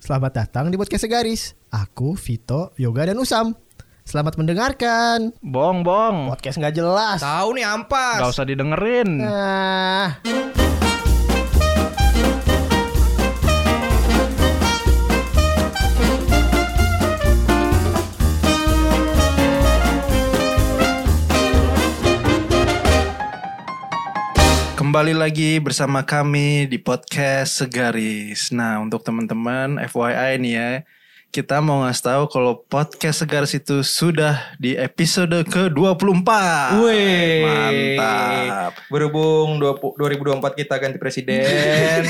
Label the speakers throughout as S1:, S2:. S1: Selamat datang di podcast Segaris. Aku Vito, Yoga dan Usam. Selamat mendengarkan.
S2: Bong, bong.
S1: Podcast nggak jelas.
S3: Tahu nih ampas.
S2: Gak usah didengerin.
S1: Nah,
S3: Kembali lagi bersama kami di podcast Segaris. Nah, untuk teman-teman FYI nih ya, kita mau ngasih tahu kalau podcast Segaris itu sudah di episode ke-24.
S4: Wih,
S3: Mantap.
S4: Berhubung 20 2024 kita ganti presiden.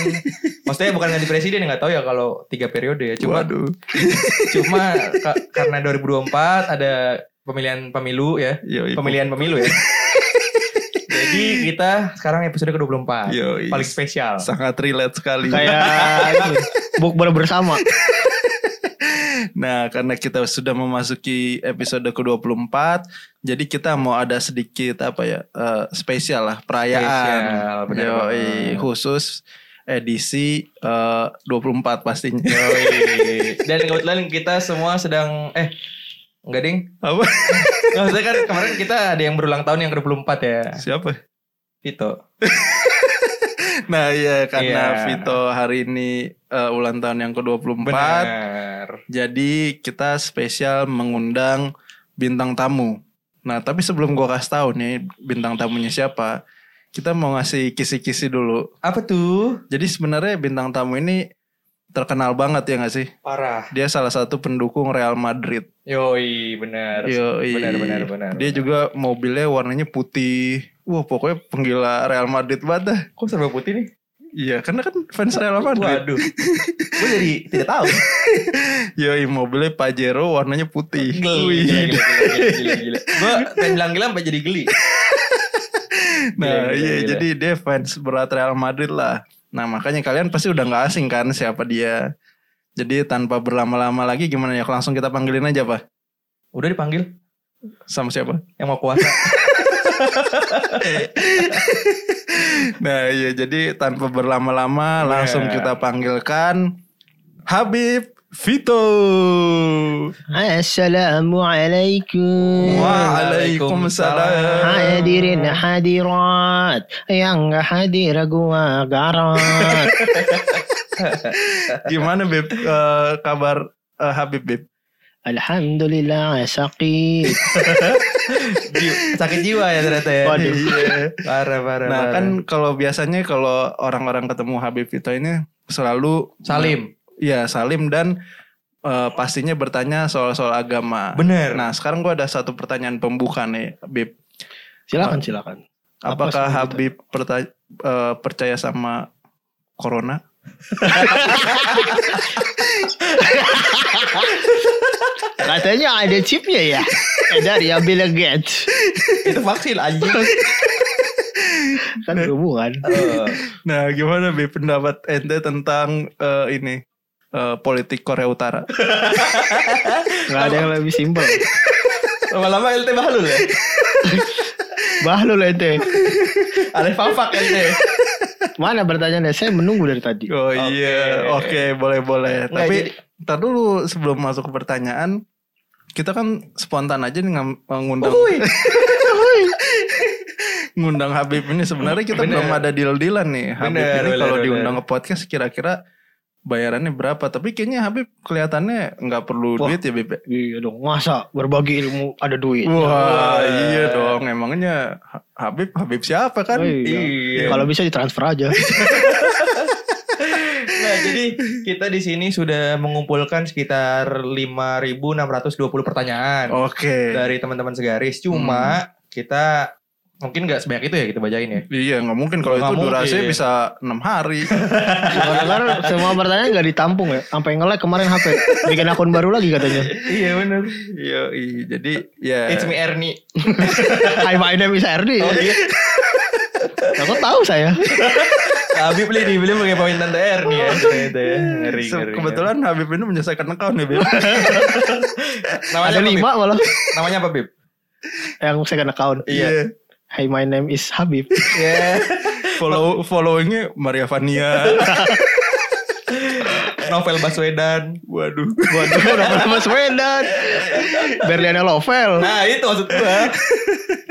S4: Maksudnya bukan ganti presiden nggak tahu ya kalau tiga periode ya. Cuma
S3: Waduh.
S4: cuma ka- karena 2024 ada pemilihan pemilu ya.
S3: Yoi.
S4: Pemilihan pemilu ya. Jadi kita sekarang episode ke-24.
S3: Yoi.
S4: Paling spesial.
S3: Sangat relate sekali.
S2: Kayak bukber bersama.
S3: Nah, karena kita sudah memasuki episode ke-24, jadi kita mau ada sedikit apa ya? eh, spesial lah perayaan.
S4: Spesial, benar
S3: Yoi,
S4: banget.
S3: khusus edisi eh, 24 pastinya.
S4: Yoi. Dan kebetulan kita semua sedang eh Enggak ding
S3: apa?
S4: Nggak, Maksudnya kan kemarin kita ada yang berulang tahun yang ke-24 ya Gitu.
S3: Siapa?
S4: Vito
S3: Nah, iya karena
S4: Iya.
S3: Vito hari ini eh, ulang tahun yang ke-24,
S4: Benar.
S3: jadi kita spesial mengundang bintang tamu. Nah, tapi sebelum gua kasih tahu nih bintang tamunya siapa, kita mau ngasih kisi-kisi dulu.
S4: Apa tuh?
S3: Jadi sebenarnya bintang tamu ini terkenal banget ya nggak sih?
S4: Parah.
S3: Dia salah satu pendukung Real Madrid.
S4: Yoi, benar.
S3: Yoi.
S4: Benar, benar, benar.
S3: Dia juga mobilnya warnanya putih. Wah pokoknya penggila Real Madrid banget dah.
S4: Kok serba putih nih?
S3: Iya karena kan fans Real Madrid.
S4: Waduh. Gue jadi tidak tahu.
S3: Yoi iya, mobilnya Pajero warnanya putih. Wih.
S4: gila, gila, gila, gila, gila. Gue pengen bilang gila sampai jadi geli.
S3: Nah
S4: Gila, gila,
S3: iya
S4: gila.
S3: jadi dia fans berat Real Madrid lah. Nah makanya kalian pasti udah nggak asing kan siapa dia. Jadi tanpa berlama-lama lagi gimana ya langsung kita panggilin aja pak
S4: Udah dipanggil
S3: sama siapa?
S4: yang mau puasa.
S3: Nah iya jadi tanpa
S4: Iya.
S3: berlama-lama langsung kita panggilkan Habib Vito.
S5: Assalamualaikum
S3: Waalaikumsalam.
S5: Hadirin hadirat Yang gak hadir gua garot
S3: Gimana Beb Eh, kabar eh, Habib Beb?
S5: Alhamdulillah sakit
S4: Ji- Sakit jiwa ya ternyata ya.
S3: Iya.
S4: Parah, parah,
S3: Nah
S4: parah.
S3: kan kalau biasanya kalau orang-orang ketemu Habib Vito ini selalu
S4: Salim.
S3: ya salim dan eh, pastinya bertanya soal-soal agama.
S4: Bener.
S3: Nah sekarang gua ada satu pertanyaan pembuka nih Beb.
S5: Silakan silakan Apa
S3: Apakah
S5: sih,
S3: Habib perta- eh, percaya sama corona?
S5: Katanya ada chipnya ya Dari ya Bill Gates
S4: Itu vaksin anjing.
S5: Kan berhubungan
S4: Eh,
S3: Nah, gimana Bi pendapat ente tentang eh, ini eh, politik Korea Utara?
S5: Gak ada yang lebih simpel
S4: Lama-lama LT bahlul ya.
S5: Bahlul ente
S4: Alif Fafak LT.
S5: Mana pertanyaannya Saya menunggu dari tadi
S3: Oh iya, oke boleh boleh.
S4: Nggak,
S3: Tapi
S4: jadi-
S3: ntar dulu sebelum masuk ke pertanyaan, kita kan spontan aja nih ngam- ngundang ngundang Habib ini sebenarnya kita
S4: Bener.
S3: belum ada deal-dealan nih. Habib
S4: Bener,
S3: ini
S4: bener,
S3: kalau
S4: bener.
S3: diundang ke podcast kira-kira bayarannya berapa? Tapi kayaknya Habib kelihatannya nggak perlu
S5: Wah.
S3: duit ya Bib.
S5: Iya dong Masa berbagi ilmu ada duit
S3: Wah, iya dong. Emangnya Ha- Habib Habib siapa kan?
S5: Iya. Kalau bisa ditransfer aja
S4: Nah, jadi kita di sini sudah mengumpulkan sekitar 5.620 pertanyaan
S3: Oke.
S4: dari teman-teman segaris. Cuma kita mungkin nggak sebanyak itu ya kita bacain ya.
S3: Iya nggak mungkin kalau
S4: Nggak
S3: itu durasinya
S4: mungkin.
S3: bisa enam hari.
S5: Karena semua pertanyaan gak ditampung ya Sampai nge kemarin HP Bikin akun baru lagi katanya
S4: iya benar.
S3: Iya, iya. jadi ya.
S4: It's me Ernie.
S5: Hai my name is Erdi Aku tahu saya
S4: Habib beli nih, beli pakai poin tante Ernie ya. ternyata ya. Ngeri,
S3: Se-
S4: ngeri,
S3: kebetulan Habib ini menyelesaikan account ya, Bib.
S4: ngeri. Namanya
S5: Ada
S4: apa, Bib?
S5: lima malah
S4: Namanya apa, Bib?
S5: Yang second account
S3: Iya.
S5: Hai my name is Habib
S3: Follow followingnya Maria Vania.
S4: novel Baswedan.
S3: Waduh.
S5: Waduh, udah nama Swedan. Berliana Lovel.
S4: Nah itu maksud gua.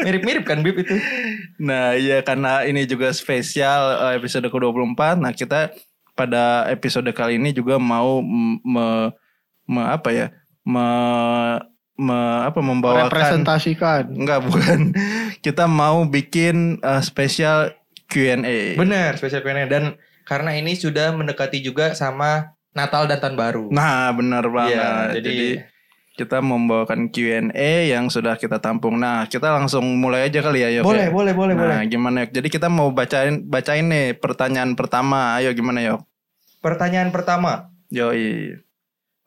S4: Mirip-mirip kan Bib itu.
S3: Nah, iya karena ini juga spesial eh, episode ke-24. Nah, kita pada episode kali ini juga mau m- me, me- apa ya? Me, me- apa membawakan
S5: Representasikan.
S3: enggak bukan. Kita mau bikin eh, spesial Q&A.
S4: Bener spesial Q&A. dan karena ini sudah mendekati juga sama Natal dan tahun baru.
S3: Nah, benar banget.
S4: Iya,
S3: jadi,
S4: jadi-
S3: kita membawakan Q&A yang sudah kita tampung. Nah, kita langsung mulai aja kali ya, Yop, ya?
S4: boleh, boleh, boleh,
S3: nah,
S4: boleh.
S3: gimana Yok? Jadi kita mau bacain bacain nih pertanyaan pertama. Ayo gimana Yok?
S4: Pertanyaan pertama,
S3: Yoi,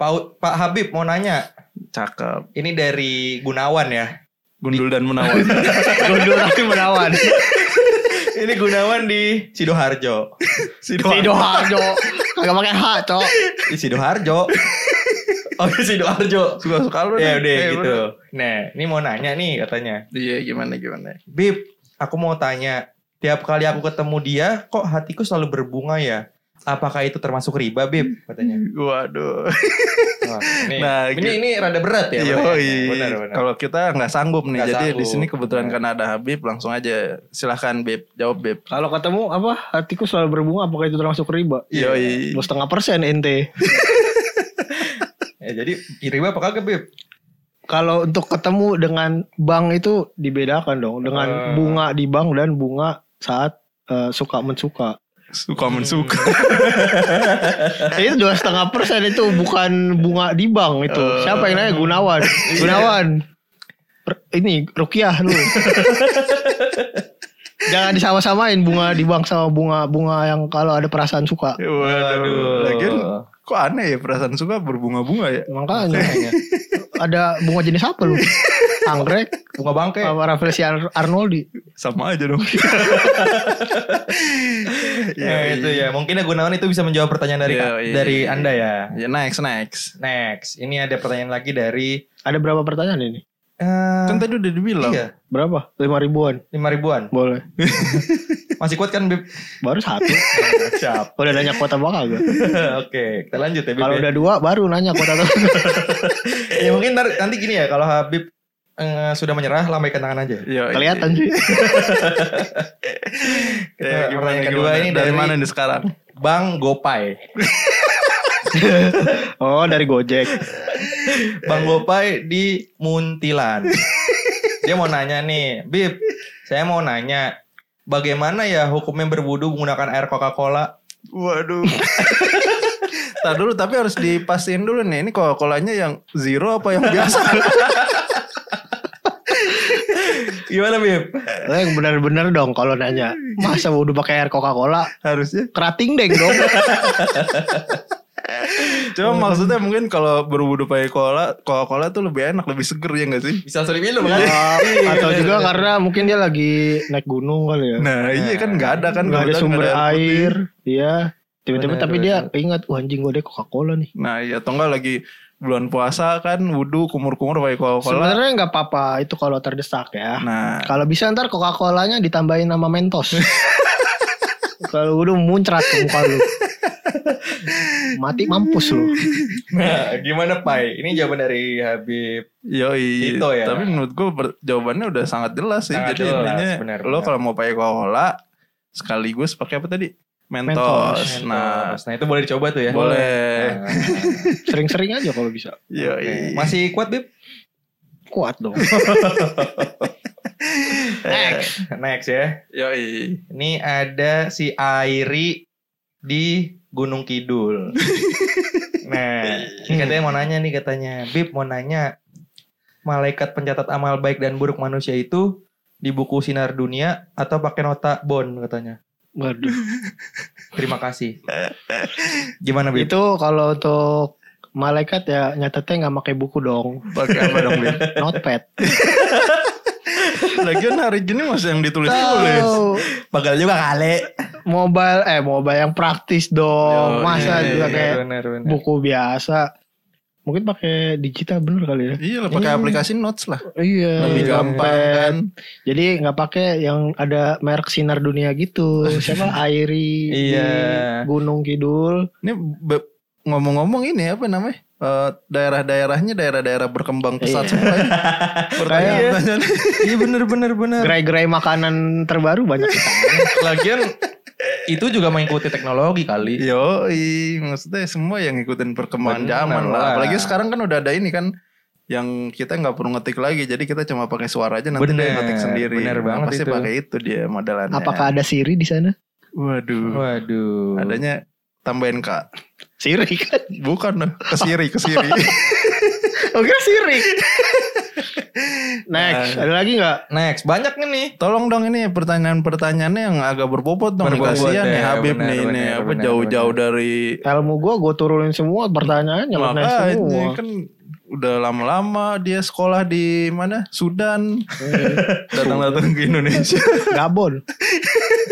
S4: Pak Pak Habib mau nanya.
S3: cakep.
S4: Ini dari Gunawan ya.
S3: Gundul dan menawan.
S5: Gondol tapi menawan.
S4: Ini Gunawan di Sidoarjo.
S5: Sidoarjo. Kagak pakai H, Cok.
S4: Di Sidoarjo. Oh, di Sidoarjo.
S3: Suka-suka lu nih.
S4: Ya udah
S3: Eh,
S4: gitu.
S3: bener.
S4: Nah, ini mau nanya nih katanya.
S3: Iya, gimana gimana.
S4: Bib, aku mau tanya. Tiap kali aku ketemu dia, kok hatiku selalu berbunga ya? Apakah itu termasuk riba, Bib? Katanya.
S3: Waduh.
S4: Wah, ini,
S3: Nah,
S4: ini, ini rada berat ya.
S3: Iya,
S4: pertanyaannya.
S3: Yoi.
S4: Benar, benar.
S3: Kalau kita nggak sanggup nih.
S4: Nggak
S3: jadi di
S4: sanggup.
S3: sini kebetulan
S4: Benar.
S3: karena ada Habib langsung aja. Silahkan Bib, jawab Bib.
S5: Kalau ketemu apa hatiku selalu berbunga apakah itu termasuk riba?
S3: Yoi.
S5: Dua setengah persen ente.
S4: Ya, jadi riba apa kagak, Bib?
S5: Kalau untuk ketemu dengan bank itu dibedakan dong dengan
S4: Eh.
S5: bunga di bank dan bunga saat eh, suka mensuka.
S3: Suka mensuka.
S5: itu dua setengah persen itu bukan bunga di bank itu. Siapa yang nanya Gunawan? Gunawan. Per- Ini Rukiah lu. Jangan disama-samain bunga di bank sama bunga bunga yang kalau ada perasaan suka.
S3: Waduh. Lagian kok aneh ya perasaan suka berbunga-bunga ya?
S5: Makanya ada bunga jenis apa lu? Anggrek,
S4: Bunga bangke.
S5: apa Rafflesia Ar- Arnoldi?
S3: Sama aja dong. Iya,
S4: Ya,
S3: Eh,
S4: itu ya. Mungkin ya Gunawan itu bisa menjawab pertanyaan dari
S3: Yoi.
S4: dari Anda ya.
S3: iya, Ya next next.
S4: Next, ini ada pertanyaan lagi dari
S5: Ada berapa pertanyaan ini?
S4: eh
S3: Kan tadi udah dibilang.
S4: iya,
S5: Berapa? Lima ribuan.
S4: lima ribuan.
S5: Boleh.
S4: Masih kuat kan, Bib?
S5: Baru satu.
S4: Siap.
S5: Udah nanya kota bakal gak?
S4: Oke, kita lanjut ya, Bib.
S5: Kalau
S4: ya.
S5: udah dua baru nanya kota tuh.
S4: ya mungkin ntar- nanti gini ya kalau Habib eh, sudah menyerah lambaikan tangan aja.
S3: Yoi.
S5: Kelihatan sih.
S3: Ya,
S4: Pertanyaan
S3: gimana,
S4: kedua
S3: gimana?
S4: ini
S3: dari,
S4: dari-
S3: mana nih sekarang?
S4: Bang Gopai.
S5: Oh dari Gojek.
S4: Bang Gopai di Muntilan. Dia mau nanya nih, Bib, saya mau nanya bagaimana ya hukumnya berwudu menggunakan air Coca-Cola?
S3: Waduh. Tar dulu tapi harus dipastiin dulu nih ini Coca-Colanya yang zero apa yang biasa?
S4: Gimana, Bib?
S5: Lo Oh, yang benar-benar dong kalau nanya. Masa udah pakai air Coca-Cola?
S3: Harusnya.
S5: Kerating deng dong.
S3: Iya, Cuma maksudnya mungkin kalau berwudu pakai cola, Coca-Cola tuh lebih enak, lebih seger ya gak sih?
S4: Bisa sulit minum kan?
S5: Atau
S3: iya,
S5: juga karena mungkin dia lagi naik gunung kali ya.
S3: Nah, iya kan nggak ada kan
S5: Nggak ada
S3: kebetulan
S5: sumber
S3: nggak ada air putih.
S5: air. Iya. Tiba-tiba
S4: Benar,
S5: tapi dia ingat, wah anjing gue ada Coca-Cola nih.
S3: Nah, iya atau enggak lagi bulan puasa kan wudu kumur-kumur pakai Coca-Cola.
S5: Sebenarnya nggak apa-apa itu kalau terdesak ya.
S3: Nah,
S5: Kalau bisa ntar Coca-Colanya ditambahin nama Mentos. Kalau udah muncrat ke muka lu. Mati mampus lu.
S4: Nah, gimana, Pai? Ini jawaban dari Habib.
S3: yoi.
S4: Itu ya.
S3: Tapi menurut gua ber- jawabannya udah sangat jelas sih.
S4: Sangat
S3: Jadi
S4: jelas,
S3: intinya
S4: benar,
S3: lo
S4: benar.
S3: kalau mau pakai Coca-Cola sekaligus pakai apa tadi?
S5: Mentos.
S3: Mentos. Nah,
S4: Nah, itu boleh dicoba tuh ya.
S3: boleh.
S4: Nah.
S5: Sering-sering aja kalau bisa.
S3: Yoi.
S4: Masih kuat, Bib?
S5: Kuat dong.
S4: Next. Next ya.
S3: Yoi.
S4: Ini ada si Airi di Gunung Kidul. nah, ini katanya mau nanya nih katanya. Bib mau nanya. Malaikat pencatat amal baik dan buruk manusia itu di buku Sinar Dunia atau pakai nota bond katanya.
S5: Waduh.
S4: Terima kasih. Gimana Bib?
S5: Itu kalau untuk malaikat ya nyatetnya nggak pakai buku dong.
S3: Pakai apa dong, Bim?
S5: Notepad.
S3: Lagian hari gini masih yang ditulis-tulis.
S5: Tahu.
S4: Pagal juga kan? kali.
S5: Mobile eh mobile yang praktis dong.
S3: Yo,
S5: Masa
S3: iya,
S5: juga
S3: iya,
S5: kayak
S4: Bener, bener.
S5: buku biasa. Mungkin pakai digital bener kali ya.
S3: Iya lah pakai
S4: Hmm.
S5: Iya.
S3: aplikasi notes lah.
S5: Iya.
S3: Lebih
S5: iya,
S3: gampang
S5: notepad.
S3: kan.
S5: Jadi nggak pakai yang ada merek sinar dunia gitu. Siapa Airi di
S4: Iya.
S5: Gunung Kidul.
S3: Ini be- ngomong-ngomong ini apa namanya? Eh, daerah-daerahnya daerah-daerah berkembang pesat semua. ya. Pertanyaan-pertanyaan.
S4: Iya bener bener bener.
S5: Gerai-gerai makanan terbaru banyak.
S4: Lagian itu juga mengikuti teknologi kali.
S3: Yo, maksudnya semua yang ngikutin perkembangan
S4: Bener
S3: zaman lah.
S4: lah.
S3: Apalagi sekarang kan udah ada ini kan yang kita nggak perlu ngetik lagi, jadi kita cuma pakai suara aja nanti dia
S4: Bener,
S3: ngetik sendiri.
S4: bener
S3: Nah,
S4: banget
S3: Pasti
S4: itu.
S3: pakai itu dia modelannya.
S4: Iya.
S5: Apakah ada Siri di sana?
S3: Waduh,
S4: Waduh.
S3: adanya tambahin kak.
S5: Siri kan?
S3: Bukan dong, kesiri, kesiri.
S4: Oh,
S5: Oke Siri. Next, ada lagi nggak?
S4: Next banyak nih nih.
S3: Tolong dong ini pertanyaan-pertanyaannya yang agak berbobot dong.
S4: Berbobot
S3: Kasihan nih
S4: ya,
S3: Habib
S4: benar,
S3: nih ini
S4: benar,
S3: apa
S4: benar,
S3: jauh-jauh dari
S5: Ilmu gua gue turunin semua
S4: Iya,
S5: pertanyaannya lo naik
S3: Makanya
S5: semua.
S3: kan udah lama-lama dia sekolah di mana? Sudan.
S4: Eh.
S3: Datang-datang ke Indonesia.
S5: Gabon.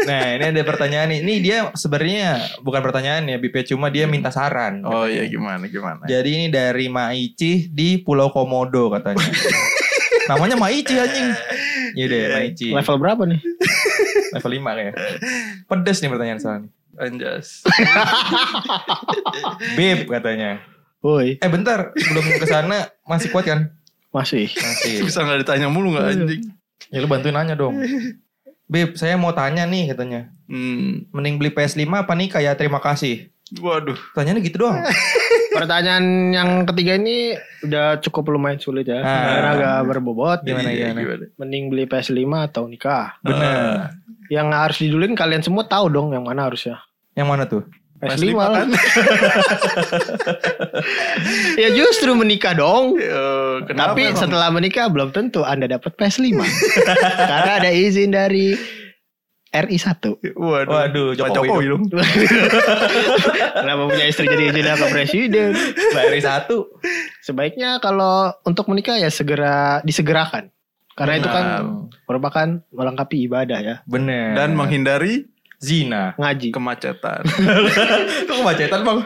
S4: Nah ini ada pertanyaan nih. Ini dia sebenarnya bukan pertanyaan ya Bipe cuma dia minta saran.
S3: Oh iya gimana gimana.
S4: Jadi ini dari Maici di Pulau Komodo katanya. Namanya Maici anjing. Iya deh Maici.
S5: Level berapa nih?
S4: Level 5 kayak. Pedes nih pertanyaan soalnya.
S3: Anjas.
S4: Bib katanya.
S5: Woi,
S4: Eh bentar, sebelum ke sana masih kuat kan?
S5: masih.
S4: Masih.
S3: Bisa nggak ditanya mulu nggak anjing?
S4: Ya lu bantuin nanya dong. Bib, saya mau tanya nih katanya.
S3: Hmm.
S4: Mending beli PS5 apa nih kayak terima kasih.
S3: Waduh.
S4: Pertanyaannya gitu doang.
S5: Pertanyaan yang ketiga ini udah cukup lumayan sulit ya.
S4: Ah.
S5: Karena agak berbobot.
S4: Gimana
S3: Iya,
S4: gimana?
S5: Mending beli PS5 atau nikah.
S4: Bener.
S5: Yang harus didulin kalian semua tahu dong yang mana harusnya.
S4: Yang mana tuh?
S5: PS5 lah. ya justru menikah dong.
S3: Eh, kenapa?
S5: Tapi setelah menikah belum tentu Anda dapat PS5. Karena ada izin dari RI1.
S3: Waduh.
S4: Waduh,
S3: Pak
S4: Jokowi
S3: Jokowi dong.
S5: Kenapa punya istri jadi izin ke presiden?
S4: Dari satu.
S5: Sebaiknya kalau untuk menikah ya segera disegerakan. Karena itu kan merupakan melengkapi ibadah ya.
S4: Bener.
S3: Dan menghindari
S4: Zina.
S5: Ngaji.
S3: kemacetan.
S4: Kok kemacetan bang?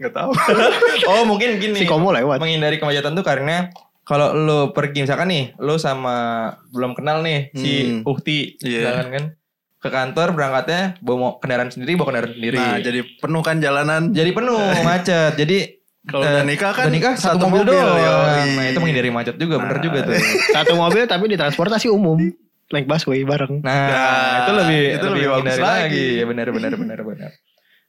S3: Nggak tahu.
S4: Oh mungkin
S5: Si
S4: gini.
S5: Komo lewat.
S4: Menghindari kemacetan tuh karena kalau lo pergi misalkan nih, lo sama belum kenal nih si
S3: Hmm.
S4: Uhti,
S3: Iya.
S4: misalkan kan ke kantor berangkatnya bawa kendaraan sendiri, bawa kendaraan sendiri.
S3: Nah jadi penuh kan jalanan.
S4: jadi penuh macet. Jadi
S3: Kalau
S4: Eh,
S3: udah nikah kan
S4: udah nikah satu, mobil, iya. doang.
S3: yoi.
S4: Nah, itu menghindari macet juga, bener
S3: Nah.
S4: juga tuh.
S5: Satu mobil tapi di transportasi umum. Naik busway bareng.
S4: Nah,
S3: Nah,
S4: itu lebih
S3: itu lebih bagus
S4: menghindari
S3: lagi.
S4: Ya, bener bener bener bener.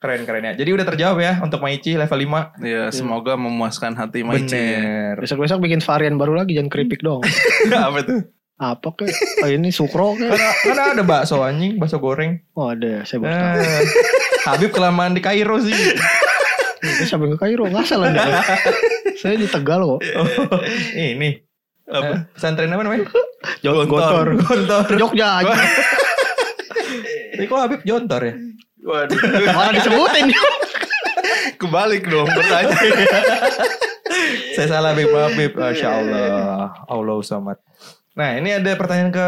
S4: Keren keren ya. Jadi udah terjawab ya untuk Maici level 5.
S3: Ya semoga memuaskan hati Maici.
S4: Iya. Bener.
S5: Besok-besok bikin varian baru lagi jangan keripik dong.
S4: Hmm.
S3: Apa tuh?
S5: Apa kek? Oh, ini sukro kek?
S4: Karena, karena ada bakso anjing, bakso goreng.
S5: Oh ada, saya baru tahu.
S4: Eh, Habib kelamaan di Kairo sih.
S5: Saya sampai ke Kairo ngasal anda. saya di Tegal kok.
S4: Oh, Ini. Apa? Pesantren apa namanya?
S5: Gontor.
S4: Jontor.
S5: Jogja aja.
S4: Ini kok Habib Jontor ya?
S3: Waduh.
S5: Malah disebutin.
S3: Kebalik dong pertanyaan.
S4: Saya salah Bib maaf Bib. Masya Allah. Allah Samad. Nah ini ada pertanyaan ke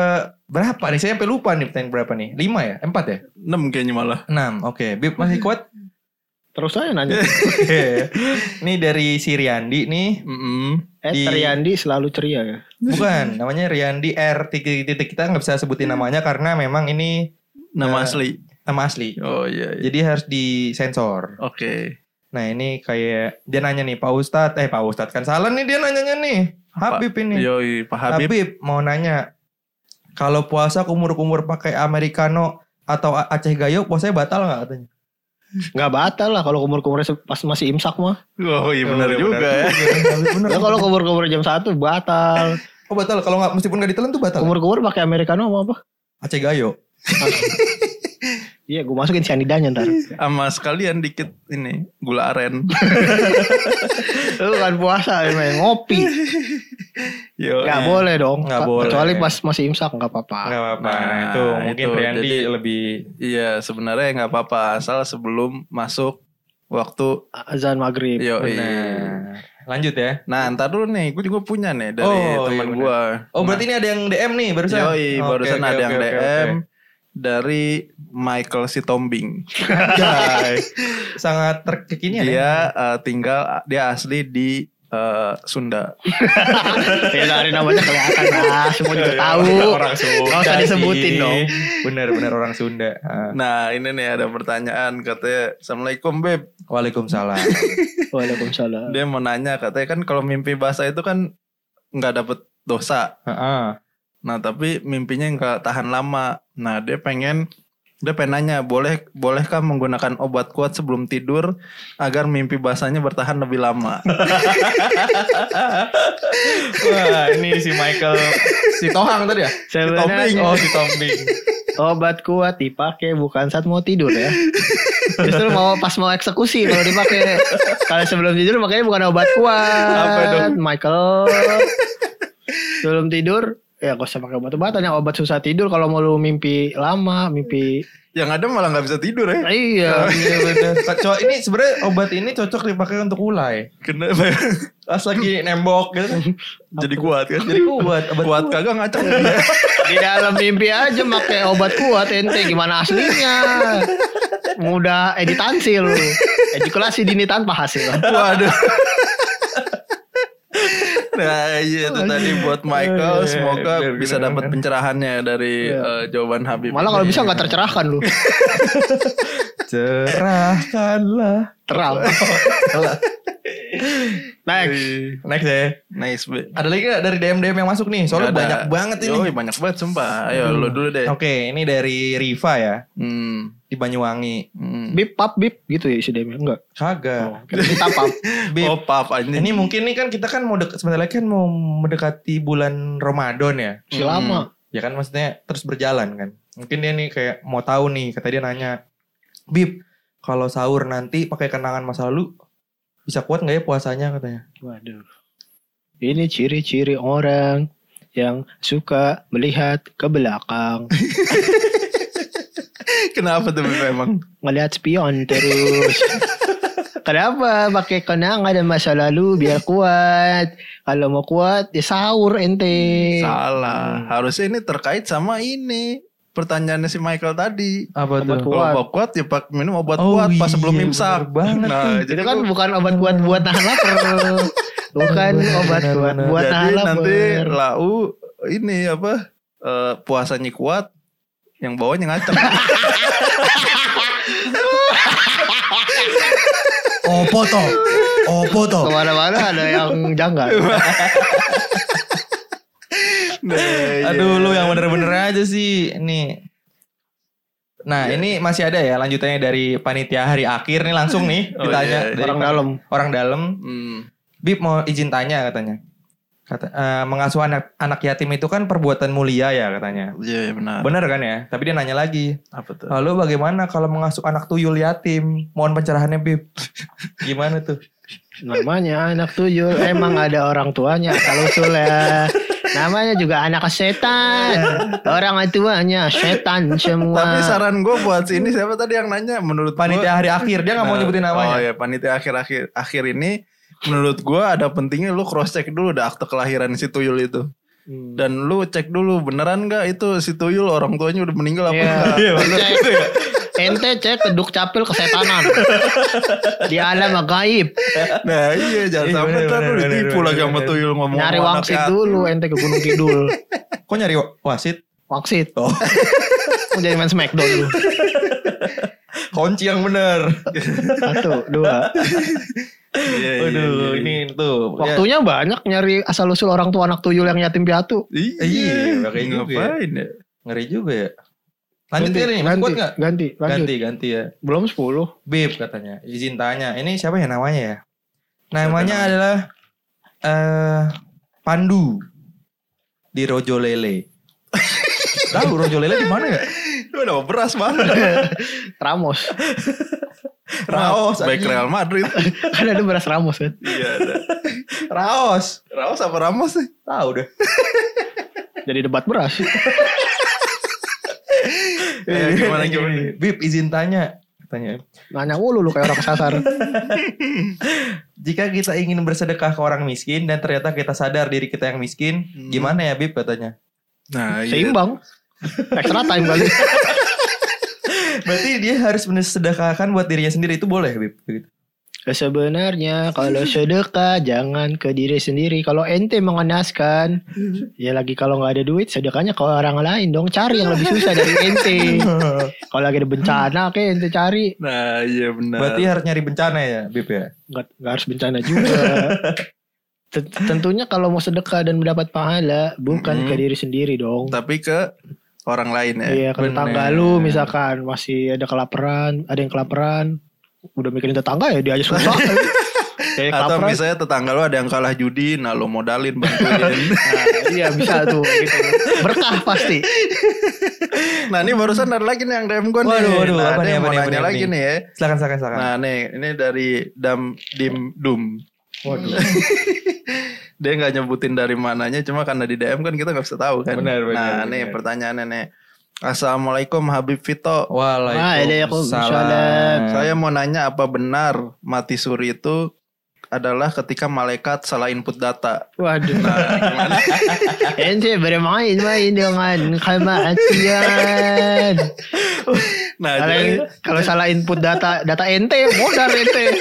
S4: berapa nih? Saya sampai lupa nih pertanyaan berapa nih? 5 ya? 4 ya?
S3: Enam kayaknya malah.
S4: 6. Oke. Bib masih kuat?
S5: Terus saya nanya.
S4: Oke. ini dari si Riyandi nih.
S3: Mm-mm.
S5: Eh,
S4: Di-
S5: Triandi selalu ceria ya.
S4: Bukan. Namanya Riyandi R. titik, titik. Kita nggak bisa sebutin namanya karena memang ini
S3: Nama
S4: Eh.
S3: asli.
S4: nama asli.
S3: Nah. Oh iya. iya.
S4: Jadi harus disensor.
S3: Oke.
S4: Nah ini kayak dia nanya nih Pak Ustadz. Eh Pak Ustadz kan salah nih dia nanyanya nih. Habib ini.
S3: Yoi, Pak Iya,
S4: Habib.
S3: Habib.
S4: mau nanya, kalau puasa kumur-kumur pakai americano atau A- Aceh Gayo, puasanya batal nggak katanya?
S5: Nggak batal lah kalau kumur-kumur pas masih imsak mah.
S3: Oh iya benar
S4: Oh, iya,
S3: juga ya.
S4: bener.
S5: Ya kalau kumur-kumur jam 1 batal.
S4: Oh batal, kalau nggak meskipun nggak ditelan tuh batal.
S5: Kumur-kumur pakai americano sama apa?
S4: Aceh Gayo.
S5: Iya, gue masukin cyanidanya ntar.
S3: Sama sekalian dikit ini gula aren.
S5: Lu kan puasa emang ngopi.
S3: Yo.
S5: Nggak boleh dong.
S4: Iya. Nggak
S5: Ka-
S4: boleh.
S5: Kecuali pas masih imsak nggak apa-apa.
S4: Nggak apa-apa.
S3: Nah,
S4: Nah, itu mungkin
S3: itu.
S4: Riyandi
S3: Jadi-
S4: lebih
S3: Iya, sebenarnya nggak apa-apa asal sebelum masuk waktu
S5: Azan maghrib.
S3: yo.
S4: benar. Lanjut ya.
S3: Nah, ntar dulu nih, gue juga punya nih dari
S4: Oh, iya
S3: teman
S4: benar.
S3: gue.
S4: Oh berarti ini ada yang DM nih barusan?
S3: Nah. Yoi,
S4: Oke,
S3: barusan
S4: oke,
S3: ada yang
S4: oke,
S3: DM
S4: oke,
S3: dari Michael Sitombing. Iya.
S4: oke. Anjay. Sangat terkekinian ya.
S3: Dia eh, tinggal dia asli di eh, Sunda.
S5: ya dari namanya kelihatan lah semua
S4: Iya,
S5: juga tahu
S4: Orang Sunda.
S5: Nggak usah disebutin
S4: sih.
S5: dong.
S4: Bener-bener orang Sunda. Ah.
S3: Nah ini nih ada pertanyaan katanya Assalamualaikum Beb
S4: Waalaikumsalam.
S5: Waalaikumsalam
S3: Dia mau nanya katanya kan kalau mimpi basah itu kan nggak dapet dosa
S4: Heeh.
S3: Nah tapi mimpinya nggak tahan lama Nah dia pengen dia pengen nanya boleh bolehkah menggunakan obat kuat sebelum tidur agar mimpi basahnya bertahan lebih lama.
S4: Wah ini si Michael. Si Tohang tadi ya?
S5: sebenarnya
S4: Oh si Tombing.
S5: obat kuat dipakai bukan saat mau tidur ya justru mau pas mau eksekusi kalau dipakai kalau sebelum tidur makanya bukan obat kuat
S3: Apa dong?
S5: Michael sebelum tidur ya gak usah pakai obat-obatan yang obat susah tidur kalau mau lu mimpi lama mimpi
S3: Yang ada malah nggak bisa tidur ya.
S5: iya
S4: Iya bener. Kecuali ini sebenarnya obat ini cocok dipakai untuk ulai.
S3: Kenapa?
S4: Pas lagi nembok gitu.
S3: Jadi kuat kan.
S4: Jadi kuat. Obat
S3: kuat kagak ngaceng.
S5: di dalam mimpi aja pakai obat kuat ente gimana aslinya mudah editansi lu ejakulasi dini tanpa hasil
S3: Waduh. Nah, iya itu tadi buat
S5: Iya,
S3: Michael. Semoga bisa dapat pencerahannya dari eh, jawaban Habib.
S5: malah kalau bisa nggak tercerahkan lu
S4: Cerahkanlah.
S5: terang next
S4: Next ya.
S3: Nice, Be.
S4: Ada lagi gak dari DM-DM yang masuk nih?
S3: Nggak
S4: Soalnya
S3: ada.
S4: banyak banget ini.
S3: Yoi, banyak banget sumpah. Ayo
S5: Hmm.
S3: lu dulu deh.
S4: Oke, ini dari Riva ya.
S3: Hmm.
S4: Di Banyuwangi.
S3: hmm.
S5: bip pap bip gitu ya isi DM enggak Oh,
S4: Kagak.
S5: kita pap
S4: Bip.
S3: Oh, pap anjing.
S4: Ini mungkin nih kan kita kan mau dek- sebentar lagi kan mau mendekati bulan Ramadan ya.
S5: si lama
S4: Ya kan maksudnya terus berjalan kan. Mungkin dia nih kayak mau tahu nih, kata dia nanya, "Bib, kalau sahur nanti pakai kenangan masa lalu bisa kuat nggak ya puasanya?" katanya.
S5: waduh ini ciri-ciri orang yang suka melihat ke belakang
S3: Kenapa tuh Beb, emang?
S5: ngelihat spion terus. Kenapa pakai kenangan dan masa lalu biar kuat. Kalau mau kuat ya sahur
S3: Hmm,
S5: ente. Hmm.
S3: Salah. Harusnya ini terkait sama ini. Pertanyaannya si Michael tadi.
S4: Apa
S5: Obat
S3: Kalau
S5: kuat.
S3: obat kuat ya pak minum obat
S4: Oh,
S3: kuat pas sebelum
S4: iya,
S3: imsak.
S4: bener banget
S3: Nah,
S5: Itu
S3: jadi
S5: kan
S3: lu-
S5: bukan obat kuat buat nahan lapar. Bukan
S4: Benar,
S5: obat
S4: benar,
S5: kuat
S4: benar.
S5: buat nahan
S3: Jadi nanti
S5: lapar.
S3: lau ini apa eh, puasanya kuat, yang bawahnya ngaceng.
S4: Opo toh. Opo toh.
S5: Kemana-mana ada yang janggal.
S3: Nah, iya.
S4: Aduh lu yang bener-bener aja sih Nih Nah
S3: Iya.
S4: ini masih ada ya lanjutannya dari panitia hari akhir nih langsung nih
S3: Oh,
S4: ditanya
S3: iya,
S4: dari
S5: Orang
S4: pan-
S5: dalam.
S4: orang dalam
S3: Hmm.
S4: Bib mau izin tanya katanya kata eh, mengasuh anak anak yatim itu kan perbuatan mulia ya katanya
S3: Iya iya, benar.
S4: bener kan ya tapi dia nanya lagi
S3: Apa tuh?
S4: lalu bagaimana kalau mengasuh anak tuyul yatim mohon pencerahannya Bib gimana tuh
S5: Namanya anak tuyul emang ada orang tuanya kalau usul ya. Namanya juga anak setan. Orang tuanya setan semua.
S3: Iya. Tapi saran gue buat si ini siapa tadi yang nanya menurut gua-
S4: panitia hari akhir dia nggak mau
S3: Nah,
S4: nyebutin namanya
S3: Oh ya panitia akhir-akhir akhir ini menurut gue ada pentingnya lu cross check dulu dah akte kelahiran si tuyul itu. Dan lu cek dulu beneran gak itu si tuyul orang tuanya udah meninggal apa
S5: Iya.
S3: enggak.
S5: Cek. Ente cek keduk capil kesetanan di alam gaib
S3: Nah iya jangan
S4: Iya,
S3: sampai
S4: bener,
S3: ntar lu
S4: bener,
S3: ditipu
S4: bener,
S3: lagi sama
S4: bener.
S3: tuyul ngomong
S5: nyari
S3: sama anak
S4: ya.
S5: wangsit
S3: yatim.
S5: dulu ente ke Gunung Kidul
S4: kok nyari wa- wasit
S5: wangsit
S4: Oh.
S5: Mau jadi main smackdown dulu
S4: kunci yang bener
S5: satu dua
S3: Iya, iya,
S4: Aduh,
S3: iya, iya.
S4: ini tuh. ya.
S5: waktunya banyak nyari asal usul orang tua anak tuyul yang yatim piatu
S3: Iya,
S4: Iya, pakai juga ya.
S3: ngapain ya?
S4: Ngeri juga ya. Lanjut ya nih, masih
S5: ganti,
S4: kuat nggak?
S5: ganti, lanjut.
S4: Ganti, ganti ya.
S5: belum 10
S4: Bib katanya, izin tanya. Ini siapa ya namanya ya? Namanya adalah eh Pandu di Rojo Lele. Tahu Rojo Lele di mana ya?
S3: Lu nama beras banget.
S5: Ramos
S4: Raos.
S3: Baik
S4: anjing.
S3: Real Madrid.
S5: kan ada beras Ramos kan
S3: Iya, ada.
S4: Raos.
S3: Raos apa Ramos sih?
S4: Tahu deh.
S5: jadi debat beras
S3: Eh, gimana gimana?
S4: Bib izin tanya. Katanya,
S5: nanya mulu lu kayak orang kesasar
S4: Iya. jika kita ingin bersedekah ke orang miskin dan ternyata kita sadar diri kita yang miskin,
S3: Hmm.
S4: gimana ya Bib katanya?
S3: Nah, iya.
S5: seimbang extra time kali
S4: Berarti dia harus mensedekahkan buat dirinya sendiri itu boleh, Bib? Gitu.
S5: Sebenarnya kalau sedekah jangan ke diri sendiri. Kalau ente mengenaskan, ya lagi kalau nggak ada duit sedekahnya ke orang lain dong. Cari yang lebih susah dari ente. Kalau lagi ada bencana, oke ente cari.
S3: Nah, iya benar.
S4: Berarti harus nyari bencana ya, Bib ya.
S5: Nggak, nggak harus bencana juga. Tet- Tentunya kalau mau sedekah dan mendapat pahala bukan ke
S3: Mm-mm.
S5: diri sendiri dong.
S3: tapi ke orang lain ya.
S5: Iya, ke
S3: Bener.
S5: tetangga lu misalkan masih ada kelaparan, ada yang kelaparan, udah mikirin tetangga ya dia aja susah. Kayak
S3: Atau
S5: kelaparan.
S3: misalnya tetangga lu ada yang kalah judi, nah lu modalin bantuin.
S5: Nah, iya bisa tuh gitu. Berkah pasti.
S3: nah, ini barusan ada lagi nih yang DM gue nih.
S4: Waduh, waduh,
S3: nah,
S4: apa
S3: ada
S4: nih,
S3: yang
S4: apa
S3: mau
S4: nih, apa
S3: nanya
S4: nih, apa
S3: lagi
S4: nih?
S3: nih ya.
S4: Silakan silakan silakan.
S3: Nah, nih, ini dari Dam Dim Dum.
S4: Waduh.
S3: Dia nggak nyebutin dari mananya, cuma karena di DM kan kita nggak bisa tahu kan.
S4: Benar,
S3: nah,
S4: benar, benar.
S3: nih pertanyaannya nih. Assalamualaikum Habib Vito.
S5: Waalaikumsalam.
S4: Waalaikumsalam.
S3: Saya mau nanya apa benar mati suri itu adalah ketika malaikat salah input data.
S5: Waduh.
S3: Nah, gimana?
S5: Ente bermain-main dengan kematian.
S3: Nah,
S5: Kalau
S3: jadi,
S5: kalau salah input data data ente modar ente.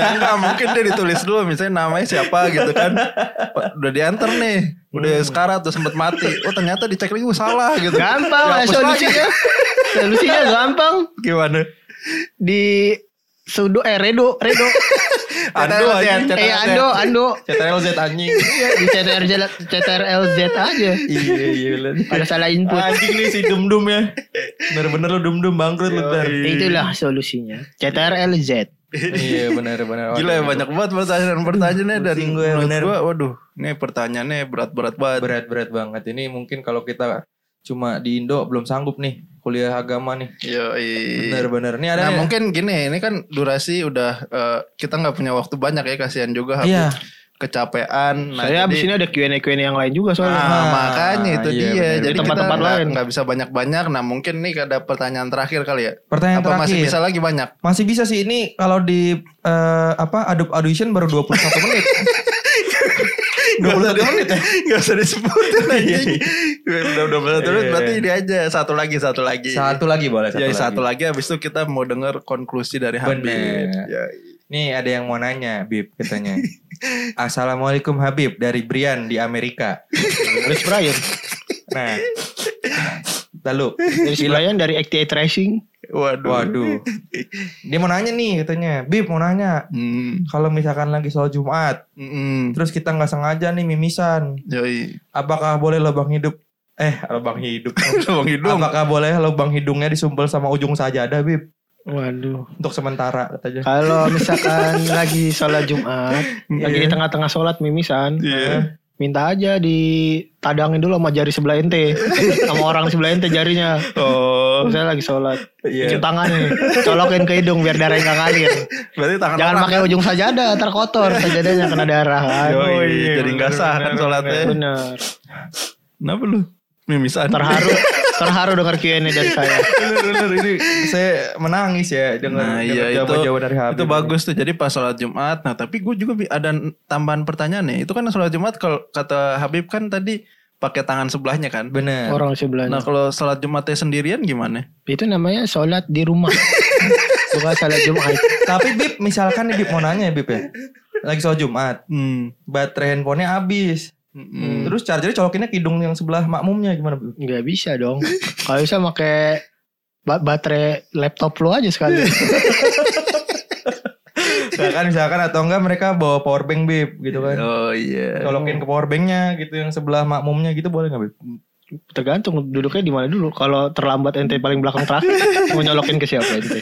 S3: nah, enggak, mungkin dia ditulis dulu misalnya namanya siapa gitu kan. Udah diantar nih, udah sekarat tuh sempet mati. Oh, ternyata dicek lagi oh, salah gitu.
S5: Gampang lah
S3: Dihapus
S5: solusinya. Solusinya gampang
S3: lagi. Gimana?
S5: di sudo eh redo redo.
S3: Ando aja.
S5: eh ando ando
S4: CTRL Z anjing.
S5: di CTRZ CTRLZ aja.
S4: Iya iya.
S5: Ada salah input.
S4: Anjing nih si dum-dum ya. Bener-bener lu dum-dum bangkrut lu ntar.
S3: Iya.
S5: Itulah solusinya. CTRLZ.
S4: Iya bener-bener.
S3: Gila ya banyak banget pertanyaan-pertanyaannya dan
S4: Pusing gue,
S3: menurut
S4: bener.
S3: gue waduh ini pertanyaannya berat-berat banget.
S4: Berat-berat banget. Ini mungkin kalau kita cuma di Indo belum sanggup nih kuliah agama nih.
S3: Yoi.
S4: Bener-bener. Nih ada
S3: Nah
S4: nih.
S3: mungkin gini ini kan durasi udah eh, kita nggak punya waktu banyak ya kasihan juga Habib.
S4: Iya.
S3: kecapean. Nah,
S5: Saya
S3: jadi-
S5: abis ini ada Q&A Q&A yang lain juga soalnya.
S3: Nah,
S4: Ah,
S3: makanya itu
S4: iya,
S3: dia. Jadi
S4: bener.
S5: Di tempat-tempat
S3: kita nggak-
S5: lain.
S3: nggak bisa banyak-banyak. Nah, mungkin nih ada pertanyaan terakhir kali ya.
S4: Pertanyaan
S3: Apa
S4: terakhir.
S3: masih bisa lagi banyak?
S4: Masih bisa sih ini kalau di eh, apa Adobe Audition baru 21 menit. 21 menit ya?
S3: Gak usah disebutin anjing. Udah udah udah terus
S4: Iya.
S3: berarti ini aja satu lagi satu lagi.
S4: Satu lagi boleh
S3: ya, satu lagi habis itu kita mau dengar konklusi dari Habib.
S4: Bener.
S3: Ya.
S4: Nih ada yang mau nanya Bib katanya. Assalamualaikum Habib dari Brian di Amerika.
S5: Chris Brian.
S4: Nah. Lalu
S5: Chris Brian dari ACTA Tracing.
S3: Waduh.
S4: waduh. Dia mau nanya nih katanya. Bib mau nanya
S3: Hmm.
S4: kalau misalkan lagi sholat Jumat
S3: Mm-mm.
S4: terus kita nggak sengaja nih mimisan,
S3: Yoi.
S4: apakah boleh lubang hidup? Eh, lubang hidup.
S3: Bang Hidung.
S4: Apakah boleh lubang hidungnya disumpel sama ujung sajadah, Bib?
S5: Waduh.
S4: Untuk sementara katanya.
S5: Kalau misalkan lagi sholat Jumat, lagi di tengah-tengah sholat mimisan,
S3: Iya.
S5: minta aja ditadangin dulu sama jari sebelah ente, sama orang sebelah ente jarinya.
S3: Oh.
S5: Misalnya lagi sholat,
S4: Iya.
S5: cuci tangan nih, colokin ke hidung biar darahnya nggak ngalir.
S3: Berarti tangan
S5: Jangan
S3: orang
S5: pakai ujung sajadah, ntar kotor sajadahnya kena darah.
S3: kan? Yoi,
S5: Aduh,
S3: jadi nggak sah kan sholatnya.
S5: Iya, Bener.
S3: Kenapa lu? Mimisan.
S5: Terharu, terharu dengar Q&A dari saya.
S4: Bener-bener ini saya menangis ya dengan
S3: Nah, iya itu
S4: jauh dari Habib.
S3: itu bagus tuh. Jadi pas sholat Jumat, nah tapi gue juga bi- ada n- tambahan pertanyaan nih. Itu kan sholat Jumat kalau kata Habib kan tadi pakai tangan sebelahnya kan.
S4: Bener.
S5: Orang sebelahnya.
S3: Nah kalau sholat Jumatnya sendirian gimana?
S5: Itu namanya sholat di rumah. Bukan sholat Jumat.
S4: Tapi Bib misalkan nih Bib mau nanya ya Bib ya. Lagi soal Jumat,
S3: Hmm.
S4: baterai handphonenya habis.
S3: Mm-mm.
S4: Terus chargernya colokinnya ke hidung yang sebelah makmumnya gimana Bib?
S5: Nggak bisa dong. Kalau bisa pakai ba- baterai laptop lu aja sekali.
S4: Misalkan misalkan atau enggak mereka bawa power bank Bib gitu kan.
S3: Oh iya.
S4: Colokin ke power banknya gitu yang sebelah makmumnya gitu boleh nggak Bib?
S5: Tergantung duduknya di mana dulu. Kalau terlambat ente paling belakang terakhir, mau nyolokin ke siapa ente?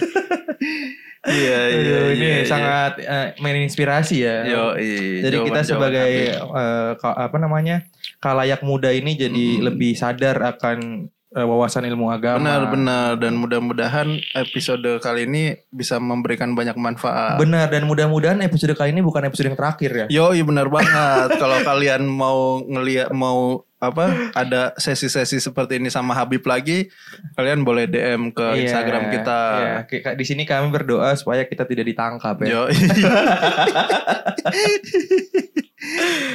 S3: Iya iya.
S4: Aduh,
S3: iya,
S4: ini
S3: iya.
S4: sangat eh, menginspirasi ya.
S3: Yoi,
S4: Jadi
S3: jawaban-jawaban
S4: kita sebagai
S3: Habib.
S4: eh, ka- apa namanya kalayak muda ini jadi
S3: Hmm.
S4: lebih sadar akan eh, wawasan ilmu agama.
S3: benar-benar dan mudah-mudahan episode kali ini bisa memberikan banyak manfaat.
S4: Benar dan mudah-mudahan episode kali ini bukan episode yang terakhir ya.
S3: Yoi iya, benar banget. Kalau kalian mau ngeliat mau apa ada sesi-sesi seperti ini sama Habib lagi, kalian boleh DM ke
S4: Iya,
S3: Instagram kita.
S4: iya. Ki- ka- Di sini kami
S3: Iya.
S4: berdoa supaya kita tidak ditangkap ya.
S3: Yoi.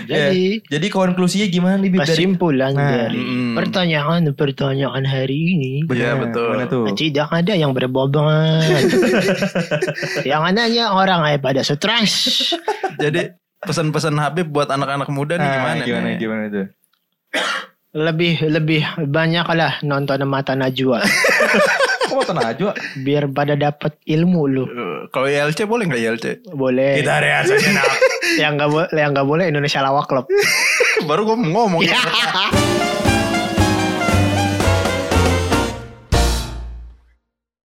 S5: Jadi
S4: Jadi konklusinya gimana nih Bib dari
S5: kesimpulan
S4: Nah,
S5: dari
S3: mm.
S5: pertanyaan-pertanyaan hari ini
S3: Iya, betul.
S4: Mana tuh?
S5: tidak ada yang berbobongan. yang adanya orang aja pada stres.
S3: Jadi pesan-pesan Habib buat anak-anak muda nih
S4: Nah,
S3: gimana?
S4: gimana
S3: nih?
S4: gimana tuh?
S5: Lebih lebih banyak lah nonton mata najwa
S4: Kok mau tenang aja?
S5: biar pada dapat ilmu lu.
S3: Eh, Kalau ILC boleh nggak ILC?
S4: Eh.
S5: Boleh.
S3: Kita area sosial.
S5: Yang nggak bo- yang nggak boleh Indonesia lawak klub.
S4: Iya.
S3: Baru gue mau ngomong.